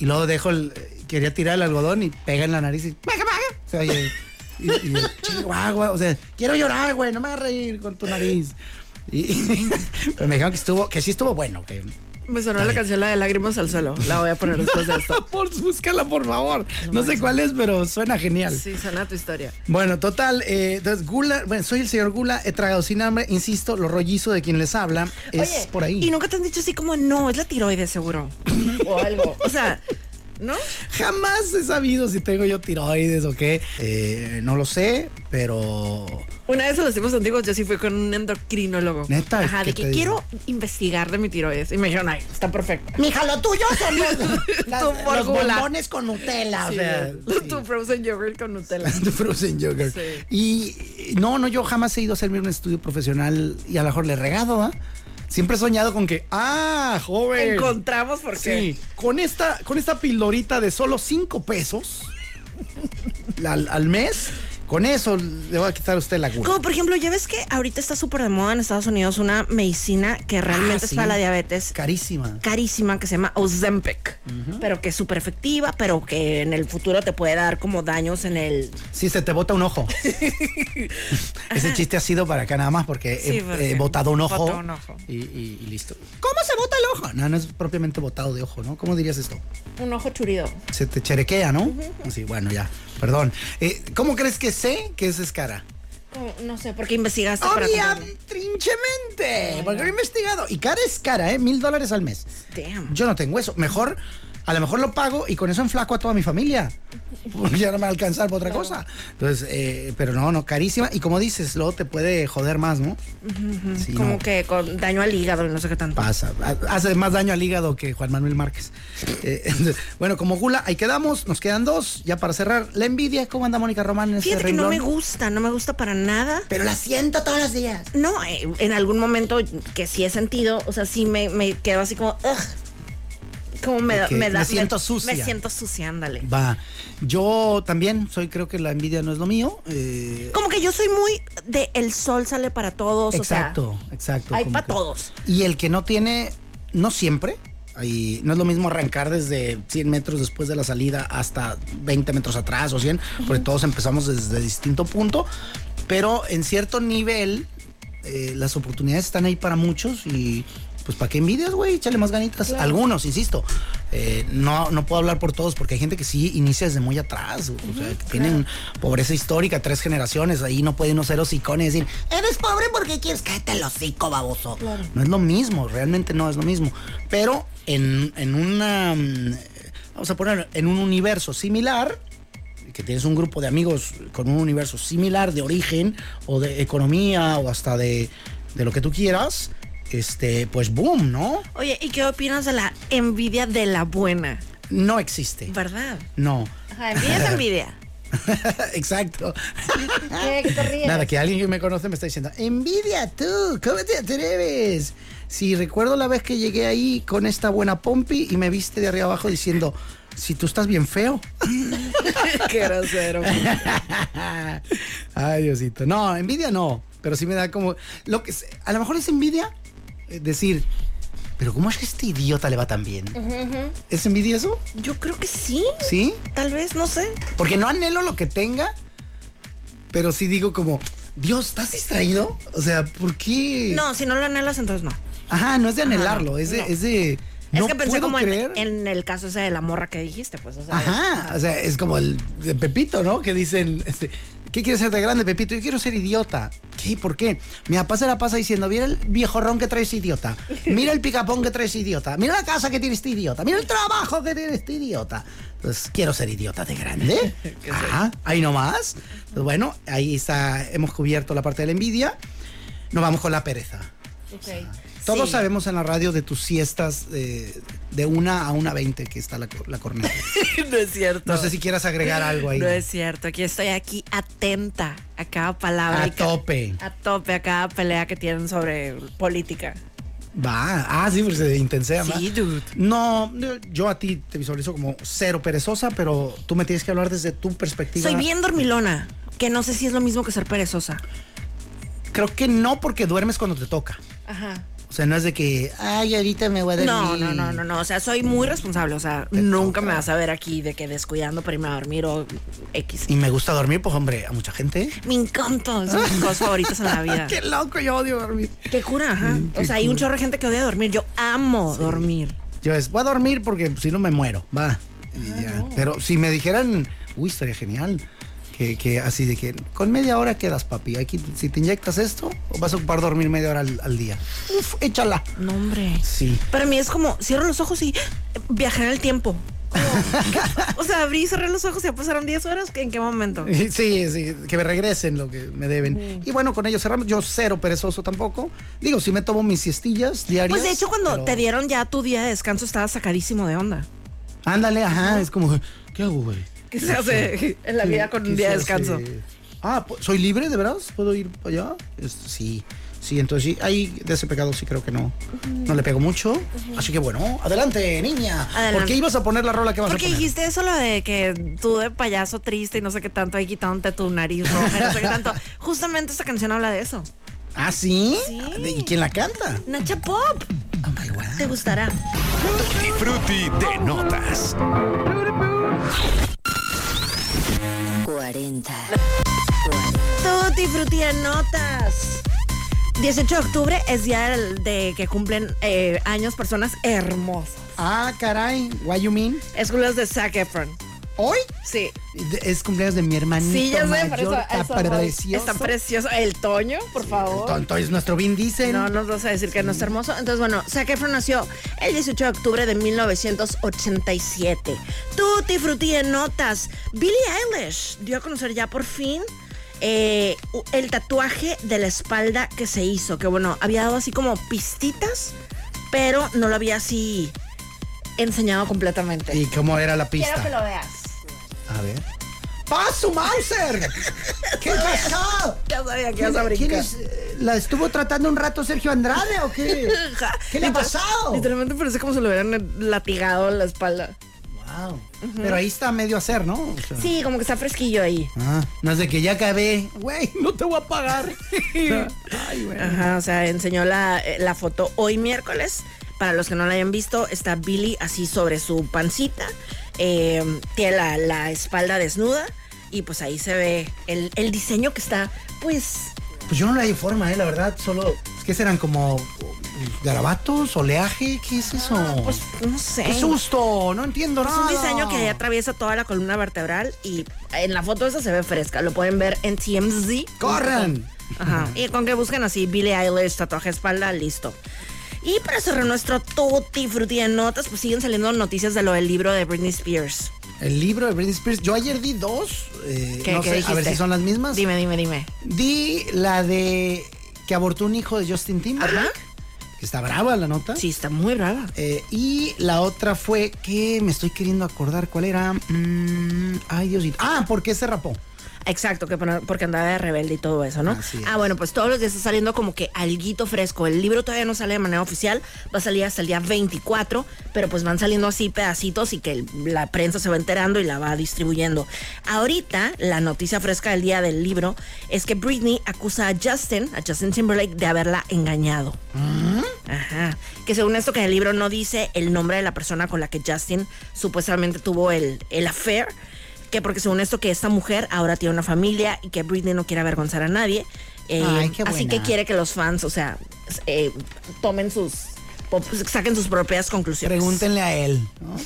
Y luego dejo el, quería tirar el algodón y pega en la nariz y, ¡baja, baja! Se oye, y, y yo, "Chihuahua", o sea, quiero llorar, güey, no me hagas reír con tu nariz. Y, pero me dijeron que estuvo, que sí estuvo bueno, que
Me sonó la canción la de Lágrimas al Suelo. La voy a poner después de esto.
por, búscala por favor. No sé cuál es, pero suena genial.
Sí, suena tu historia.
Bueno, total, eh, entonces Gula, bueno, soy el señor Gula, he tragado sin hambre, insisto, lo rollizo de quien les habla es
Oye,
por ahí.
Y nunca te han dicho así como, no, es la tiroides seguro. o algo. O sea, ¿no?
Jamás he sabido si tengo yo tiroides o qué. Eh, no lo sé, pero.
Una vez en los tiempos antiguos yo sí fui con un endocrinólogo.
¿Neta?
Ajá, de
¿Qué te
que
dijo?
quiero investigar de mi tiroides. Y me dijeron, ay, está perfecta.
Mija, lo tuyo son los, las-
Tu
los
fórmula.
bombones con Nutella. o
Sí.
sea.
Tu frozen yogurt con Nutella.
De Frozen Yogurt. Y no, no, yo jamás he ido a hacerme un estudio profesional y a lo mejor le he regado, ¿ah? Siempre he soñado con que, ah, joven.
Encontramos por qué.
Sí, con esta, con esta pildorita de solo 5 pesos al, al mes, con eso le voy a quitar a usted la culpa.
Como por ejemplo, ya ves que ahorita está súper de moda en Estados Unidos una medicina que realmente
Ah,
es
sí.
para la diabetes
Carísima.
carísima que se llama Ozempic, pero que es súper efectiva, pero que en el futuro te puede dar como daños en el...
Sí, se te bota un ojo. Ese chiste ha sido para acá nada más porque
Sí,
he,
porque
he botado un ojo.
botó un ojo.
Y, y- y listo. ¿Cómo se bota el ojo? No, no es propiamente botado de ojo, ¿no? ¿Cómo dirías esto?
Un ojo churido.
Se te cherequea, ¿no? Sí, bueno, ya. Perdón. Eh, ¿Cómo crees que sé que esa es cara?
Oh, No sé, porque investigaste para...
Obvia,
comprarlo?
trinchemente. Porque lo he investigado. Y cara es cara, ¿eh? Mil dólares al mes.
Damn.
Yo no tengo eso. Mejor, a lo mejor lo pago y con eso enflaco a toda mi familia. Porque ya no me va a alcanzar para otra cosa. Entonces, eh, pero no, no, carísima. Y como dices, luego te puede joder más, ¿no? Sí,
Como
no,
que con daño al hígado y no sé qué tanto.
Pasa. Ha- Hace más daño al hígado que Juan Manuel Márquez. Eh, bueno, como gula, ahí quedamos. Nos quedan dos. Ya para cerrar, la envidia. ¿Cómo anda Mónica Román en este
Fíjate que no
renglón?
me gusta, no me gusta para nada.
Pero la siento todos los días.
No, eh, en algún momento que sí he sentido, o sea, sí me, me quedo así como, "Ugh". como me, da-
Ok,
me da...
me siento sucia.
Me siento sucia, ándale.
Va. Yo también soy, creo que la envidia no es lo mío. eh,
Como que yo soy muy de el sol sale para todos, o sea...
Exacto, exacto.
hay
como
pa'
que-
todos.
Y el que no tiene, no siempre, y no es lo mismo arrancar desde 100 metros después de la salida hasta 20 metros atrás o 100, porque todos empezamos desde distinto punto, pero en cierto nivel eh, las oportunidades están ahí para muchos y... Pues para qué envidias, güey, échale más ganitas. Algunos, insisto. eh, no, no puedo hablar por todos porque hay gente que sí inicia desde muy atrás. O sea, que tienen pobreza histórica, tres generaciones. Ahí no pueden no ser hocicones y decir,
Eres pobre porque quieres caerte el hocico, baboso.
no es lo mismo, realmente no es lo mismo. Pero en, en una. mm, Vamos a poner, en un universo similar, que tienes un grupo de amigos con un universo similar de origen, o de economía, o hasta de, de lo que tú quieras, este, pues boom, ¿no?
Oye, ¿y qué opinas de la envidia de la buena?
No existe.
¿Verdad?
No.
Ajá, envidia es envidia.
Exacto. Nada, que alguien que me conoce me está diciendo, envidia tú, ¿cómo te atreves? Si recuerdo la vez que llegué ahí con esta buena pompi y me viste de arriba abajo diciendo, si tú estás bien feo.
qué grosero.
Ay, Diosito. No, envidia no, pero sí me da como, lo que, es- a lo mejor es envidia eh, decir, pero ¿cómo es que este idiota le va tan bien? ¿Es envidia eso?
Yo creo que sí,
¿Sí?
tal vez, no sé.
Porque no anhelo lo que tenga, pero sí digo como, Dios, ¿estás distraído? O sea, ¿por qué?
No, si no lo anhelas, entonces no.
Ajá, no es de anhelarlo, es de,
no.
es de. No
es que pensé
puedo
como en,
creer.
en el caso ese de la morra que dijiste, pues, o sea.
Ajá, o sea, es como el de Pepito, ¿no? Que dicen, este, ¿qué quieres ser de grande, Pepito? Yo quiero ser idiota. ¿Qué? ¿Por qué? Mi papá se la pasa diciendo, mira el viejorrón que traes idiota, mira el picapón que traes idiota, mira la casa que tienes este idiota, mira el trabajo que tienes este idiota. Entonces, quiero ser idiota de grande. Ajá, ahí nomás. Pues bueno, ahí está, hemos cubierto la parte de la envidia. Nos vamos con la pereza.
ok.
Todos
Sí.
sabemos en la radio de tus siestas eh, de una a una veinte que está la, la corneta.
no es cierto.
No sé si quieras agregar algo ahí.
No es cierto, que estoy aquí atenta a cada palabra.
A
y ca-
tope.
A tope a cada pelea que tienen sobre política.
Va, ah, sí, porque se intensea más.
Sí, dude.
No, yo a ti te visualizo como cero perezosa, pero tú me tienes que hablar desde tu perspectiva.
Soy bien dormilona, que no sé si es lo mismo que ser perezosa.
Creo que no porque duermes cuando te toca.
Ajá.
O sea, no es de que, ay, ahorita me voy a dormir.
No, no, no, no, no. O sea, soy muy responsable. O sea, nunca me vas a ver aquí de que descuidando para irme a dormir o X.
Y me gusta dormir, pues hombre, a mucha gente. Ah,
Me encanta. Es mis cosas favoritas en la vida.
Qué loco, yo odio dormir.
Qué cura, ajá. O sea, hay un chorro de gente que odia dormir. Yo amo dormir.
Yo es, voy a dormir porque si no me muero, va. Y ya. Pero si me dijeran, uy, estaría genial. Que, que así de que con media hora quedas, papi. Aquí, si te inyectas esto, vas a ocupar dormir media hora al, al día. Uf, échala.
No, hombre.
Sí.
Para mí es como cierro los ojos y eh, viajar en el tiempo. o sea, abrí y cerré los ojos y ya pasaron 10 horas. ¿En qué momento?
Sí, sí, que me regresen lo que me deben. Y bueno, con ellos cerramos. Yo cero perezoso tampoco. Digo, si me tomo mis siestillas diarias.
Pues de hecho, cuando
pero-
te dieron ya tu día de descanso, estabas sacadísimo de onda.
Ándale, ajá, es como, ¿qué hago, güey?
¿Qué se hace en la vida con
¿Qué
un día de
se
descanso?
hace? Ah, pues, ¿soy libre, de verdad? ¿Puedo ir para allá? Es- sí, sí, entonces sí, ahí de ese pecado sí creo que no. No le pego mucho. Así que bueno, adelante, niña.
Adelante.
¿Por qué ibas a poner la rola que vas a
Porque
poner?
dijiste eso lo de que tú de payaso triste y no sé qué tanto, ahí quitándote tu nariz roja y no sé qué tanto. Justamente esta canción habla de eso.
¿Ah, sí?
Sí.
¿De- ¿Y quién la canta?
Nacha Pop,
Oh my God.
te gustará.
Tutti Frutti de notas.
40.
Tutti Frutti en notas. 18 de octubre es día del- de que cumplen eh, años personas hermosas.
Ah, caray, what you mean?
Es cumpleaños de Zac Efron.
¿Hoy?
Sí.
De- Es cumpleaños de mi hermanito
Sí, ya sé, por
mayor,
eso. a eso
está
voy.
precioso.
Está precioso. El Toño, por favor.
Tonto, es nuestro Vin Diesel.
No nos vas a decir que no está hermoso. Entonces, bueno, Zac Efron nació el 18 de octubre de 1987. Tutti frutti en notas. Billie Eilish dio a conocer ya por fin eh, u- el tatuaje de la espalda que se hizo. Que bueno, había dado así como pistitas, pero no lo había así enseñado completamente.
¿Y cómo era la pista?
Quiero que lo veas.
A ver. ¡Paso, Mauser! ¿Qué pasó?
Ya sabía que ibas a
¿Quién
brincar.
es, eh, ¿La estuvo tratando un rato Sergio Andrade o qué?
Ja.
¿Qué le ha
Literal-
pasado?
Literalmente parece como si lo hubieran latigado en la espalda.
Ah. Wow. Pero ahí está medio hacer, ¿no? O sea,
Sí, como que está fresquillo ahí.
Ah, no es de que ya acabé. Güey, no te voy a pagar. O sea, Ay, güey.
Ajá, o sea, enseñó la, eh, la foto hoy miércoles. Para los que no la hayan visto, está Billy así sobre su pancita. eh, tiene la, la espalda desnuda. Y pues ahí se ve el, el diseño que está, pues.
Pues yo no la di forma, eh, la verdad. Solo. ¿Qué serán? ¿Como garabatos? ¿Oleaje? ¿Qué es eso?
Pues no sé.
¡Qué susto! No entiendo
Es un
nada.
diseño que atraviesa toda la columna vertebral y en la foto esa se ve fresca. Lo pueden ver en TMZ.
¡Corran!
Ajá. Y con que busquen así Billie Eilish, tatuaje espalda, listo. Y para cerrar nuestro tutti frutti de notas, pues siguen saliendo noticias de lo del libro de Britney Spears.
El libro de Britney Spears. Yo ayer di dos. eh,
¿Qué,
no
qué
sé,
dijiste?
a ver si son las mismas.
Dime, dime, dime.
Di la de que abortó un hijo de Justin Timberlake.
Ajá.
Que está brava la nota.
Sí, está muy brava.
Eh, y la otra fue que me estoy queriendo acordar cuál era. Mm, ay, Diosito. Ah, ¿por qué se rapó?
Exacto, que por- porque andaba de rebelde y todo eso, ¿no?
Así es.
Ah, bueno, pues todos los días está saliendo como que alguito fresco. El libro todavía no sale de manera oficial, va a salir hasta el día 24, pero pues van saliendo así pedacitos y que el- la prensa se va enterando y la va distribuyendo. Ahorita, la noticia fresca del día del libro es que Britney acusa a Justin, a Justin Timberlake, de haberla engañado. Ajá. Que según esto que en el libro no dice el nombre de la persona con la que Justin supuestamente tuvo el, el affair. Que porque según esto que esta mujer ahora tiene una familia y que Britney no quiere avergonzar a nadie. Eh,
Ay, qué
así
buena.
que quiere que los fans, o sea, s- eh, tomen sus... po- pues, saquen sus propias conclusiones.
Pregúntenle a él. ¿no?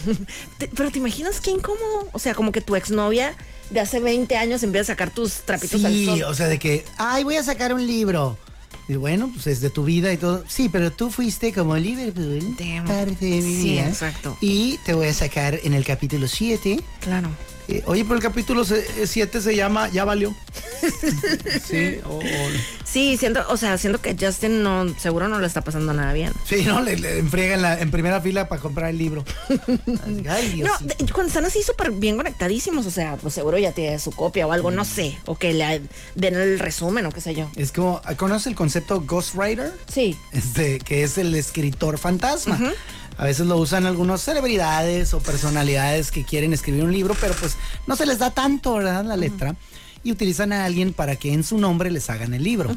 Te- pero te imaginas qué incómodo. O sea, como que tu exnovia de hace 20 años empieza a sacar tus trapitos al sol.
Sí, o sea, de que, ay, voy a sacar un libro. Y bueno, pues es de tu vida y todo. Sí, pero tú fuiste como Liverpool.
Damn.
Parte de mi
Sí,
vida.
exacto.
Y te voy a sacar en el capítulo 7.
Claro.
Eh, oye, pero el capítulo 7 se llama Ya valió. sí, o- o-
Sí, siento, o sea, siento que Justin no, seguro no lo está pasando nada bien.
sí, no, le, le enfriega en, la- en primera fila para comprar el libro. Ay, Dios.
No, de- cuando están así súper bien conectadísimos, o sea, pues seguro ya tiene su copia o algo, no sé, o que le den el resumen o qué sé yo.
Es como, ¿conoce el concepto ghostwriter?
Sí.
Este, que es el escritor fantasma. A veces lo usan algunas celebridades o personalidades que quieren escribir un libro, pero pues no se les da tanto, ¿verdad? La letra. Y utilizan a alguien para que en su nombre les hagan el libro.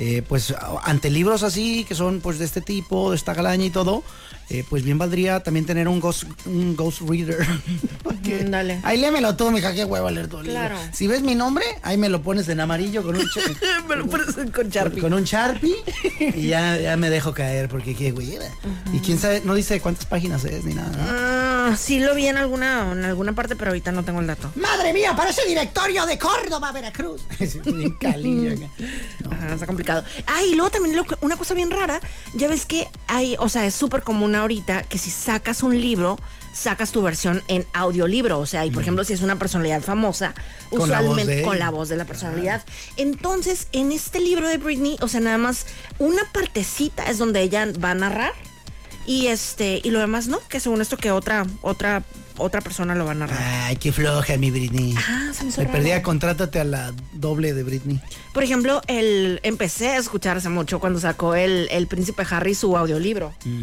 Eh, pues a- ante libros así, que son pues de este tipo, de esta galaña y todo, eh, pues bien valdría también tener un ghost, un ghost reader. Porque-
Mm, dale.
Ahí léemelo tú, mija, qué hueva leer todo el libro.
Claro.
Si ves mi nombre, ahí me lo pones en amarillo con un... che-
Me lo pones con Sharpie.
con un Sharpie y ya, ya me dejo caer porque qué güeyera. Y quién sabe, no dice cuántas páginas es ni nada. ¿no?
Ah, sí lo vi en alguna, en alguna parte, pero ahorita no tengo el dato.
Madre mía, parece directorio de Córdoba, Veracruz.
Es bien calillo acá.
Ajá, está complicado. Ah, y luego también lo que- una cosa bien rara, ya ves que hay, o sea, es súper común ahorita que si sacas un libro, sacas tu versión en audiolibro, o sea, y por ejemplo si es una personalidad famosa,
Con la voz
usualmente
de
con
ella.
la voz de la personalidad. Entonces, en este libro de Britney, o sea, nada más una partecita es donde ella va a narrar y este y lo demás no, que según esto que otra otra otra persona lo va a narrar.
Ay, qué floja mi Britney.
Ah, se me hizo
Me
raro.
perdía, contrátate a la doble de Britney.
Por ejemplo, el empecé a escuchar hace mucho cuando sacó el, el príncipe Harry su audiolibro.
Mm.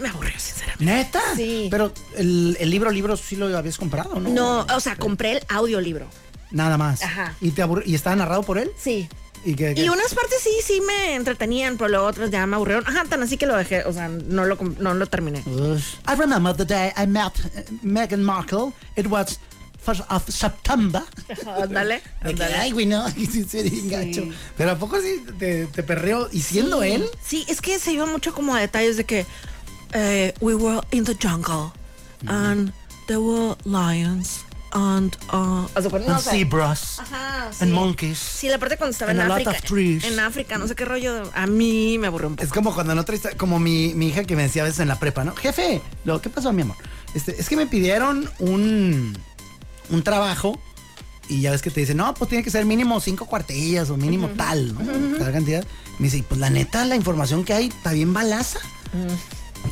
Me aburrió, sinceramente.
¿Neta?
Sí.
Pero el, el libro, libro sí lo habías comprado, ¿no?
No, o sea, compré el audiolibro.
Nada más.
Ajá.
¿Y, te aburri- ¿Y estaba narrado por él?
Sí.
Y, que,
Y unas partes sí, sí me entretenían, pero luego otras ya me aburrieron. Ajá, tan así que lo dejé, o sea, no lo, com- no lo terminé.
Ush. I remember the day I met eh, Meghan Markle. It was 1st of September.
Ándale,
De que,
ándale.
Ay, güey, no, y sí, sí, bien gacho. Pero ¿a poco sí te, te perreo? ¿Y siendo él?
Sí, es que se iba mucho como a detalles de que eh, we were in the jungle
Mm.
and there were lions and uh, o sea, no
And
sé.
zebras.
Ajá, sí.
And monkeys.
Sí, la parte cuando estaba
And
en
a lot
África.
of trees.
En África, no sé qué rollo. A mí me aburrió un poco.
Es como cuando no traes, como mi, mi hija que me decía a veces en la prepa, ¿no? Jefe, lo ¿qué pasó, mi amor? Este, es que me pidieron un, un trabajo y ya ves que te dicen, no, pues tiene que ser mínimo cinco cuartillas o mínimo tal, ¿no? Tal cantidad. Me dice, y pues la neta, la información que hay está bien balaza.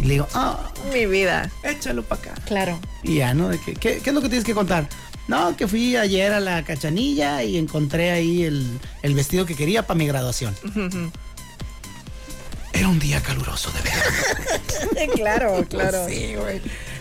Y le digo, ah,
Mi vida.
échalo para acá.
Claro.
Y ya, ¿no? De que, ¿qué, qué es lo que tienes que contar? No, que fui ayer a la cachanilla y encontré ahí el, el vestido que quería para mi graduación. Era un día caluroso, de verdad.
claro, claro.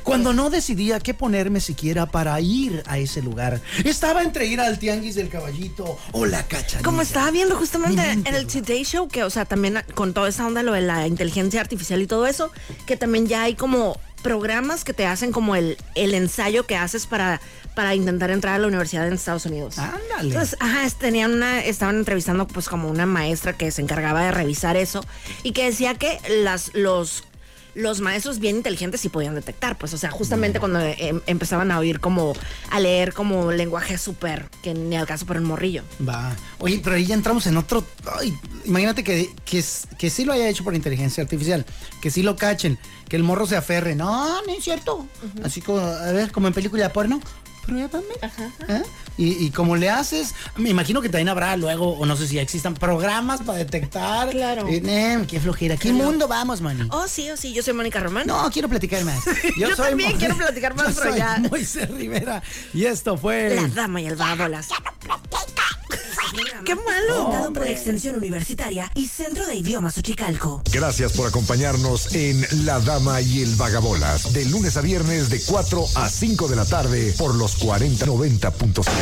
Cuando no decidía qué ponerme siquiera para ir a ese lugar. Estaba entre ir al tianguis del caballito o la cachanilla.
Como estaba viendo justamente
Mi mente,
en el
güey.
Today Show, que, o sea, también con toda esa onda lo de la inteligencia artificial y todo eso, que también ya hay como programas que te hacen como el, el ensayo que haces para, para intentar entrar a la universidad en Estados Unidos.
Ándale.
Entonces, ajá, es- tenían una, estaban entrevistando pues como una maestra que se encargaba de revisar eso y que decía que las, los, los maestros bien inteligentes sí podían detectar, pues, o sea,
Mm.
justamente cuando em, empezaban a oír como, a leer como lenguaje súper, que ni al caso para un morrillo.
Va. Oye, pero ahí ya entramos en otro. ay, imagínate que, que, s- que sí lo haya hecho por inteligencia artificial, que sí lo cachen, que el morro se aferre. No, no es cierto. Así como, a ver, como en película de porno, pruébame. ¿Eh? Y, y como le haces, me imagino que también habrá luego, o no sé si ya existan programas para detectar.
Claro.
Eh, nem, qué flojera. ¿Qué mundo vamos, mani?
Oh, sí, oh, sí, yo soy Mónica Román.
No, quiero platicar más.
Yo también
Mo-
quiero platicar más,
Yo
pero
soy
ya.
Moisés Rivera. Y esto fue.
La dama y el vagabolas. ¡Qué malo!
Dado por Extensión Universitaria y Centro de Idiomas Uchicalco.
Gracias por acompañarnos en La Dama y el Vagabolas, de lunes a viernes de 4 a 5 de la tarde por los 4090.7.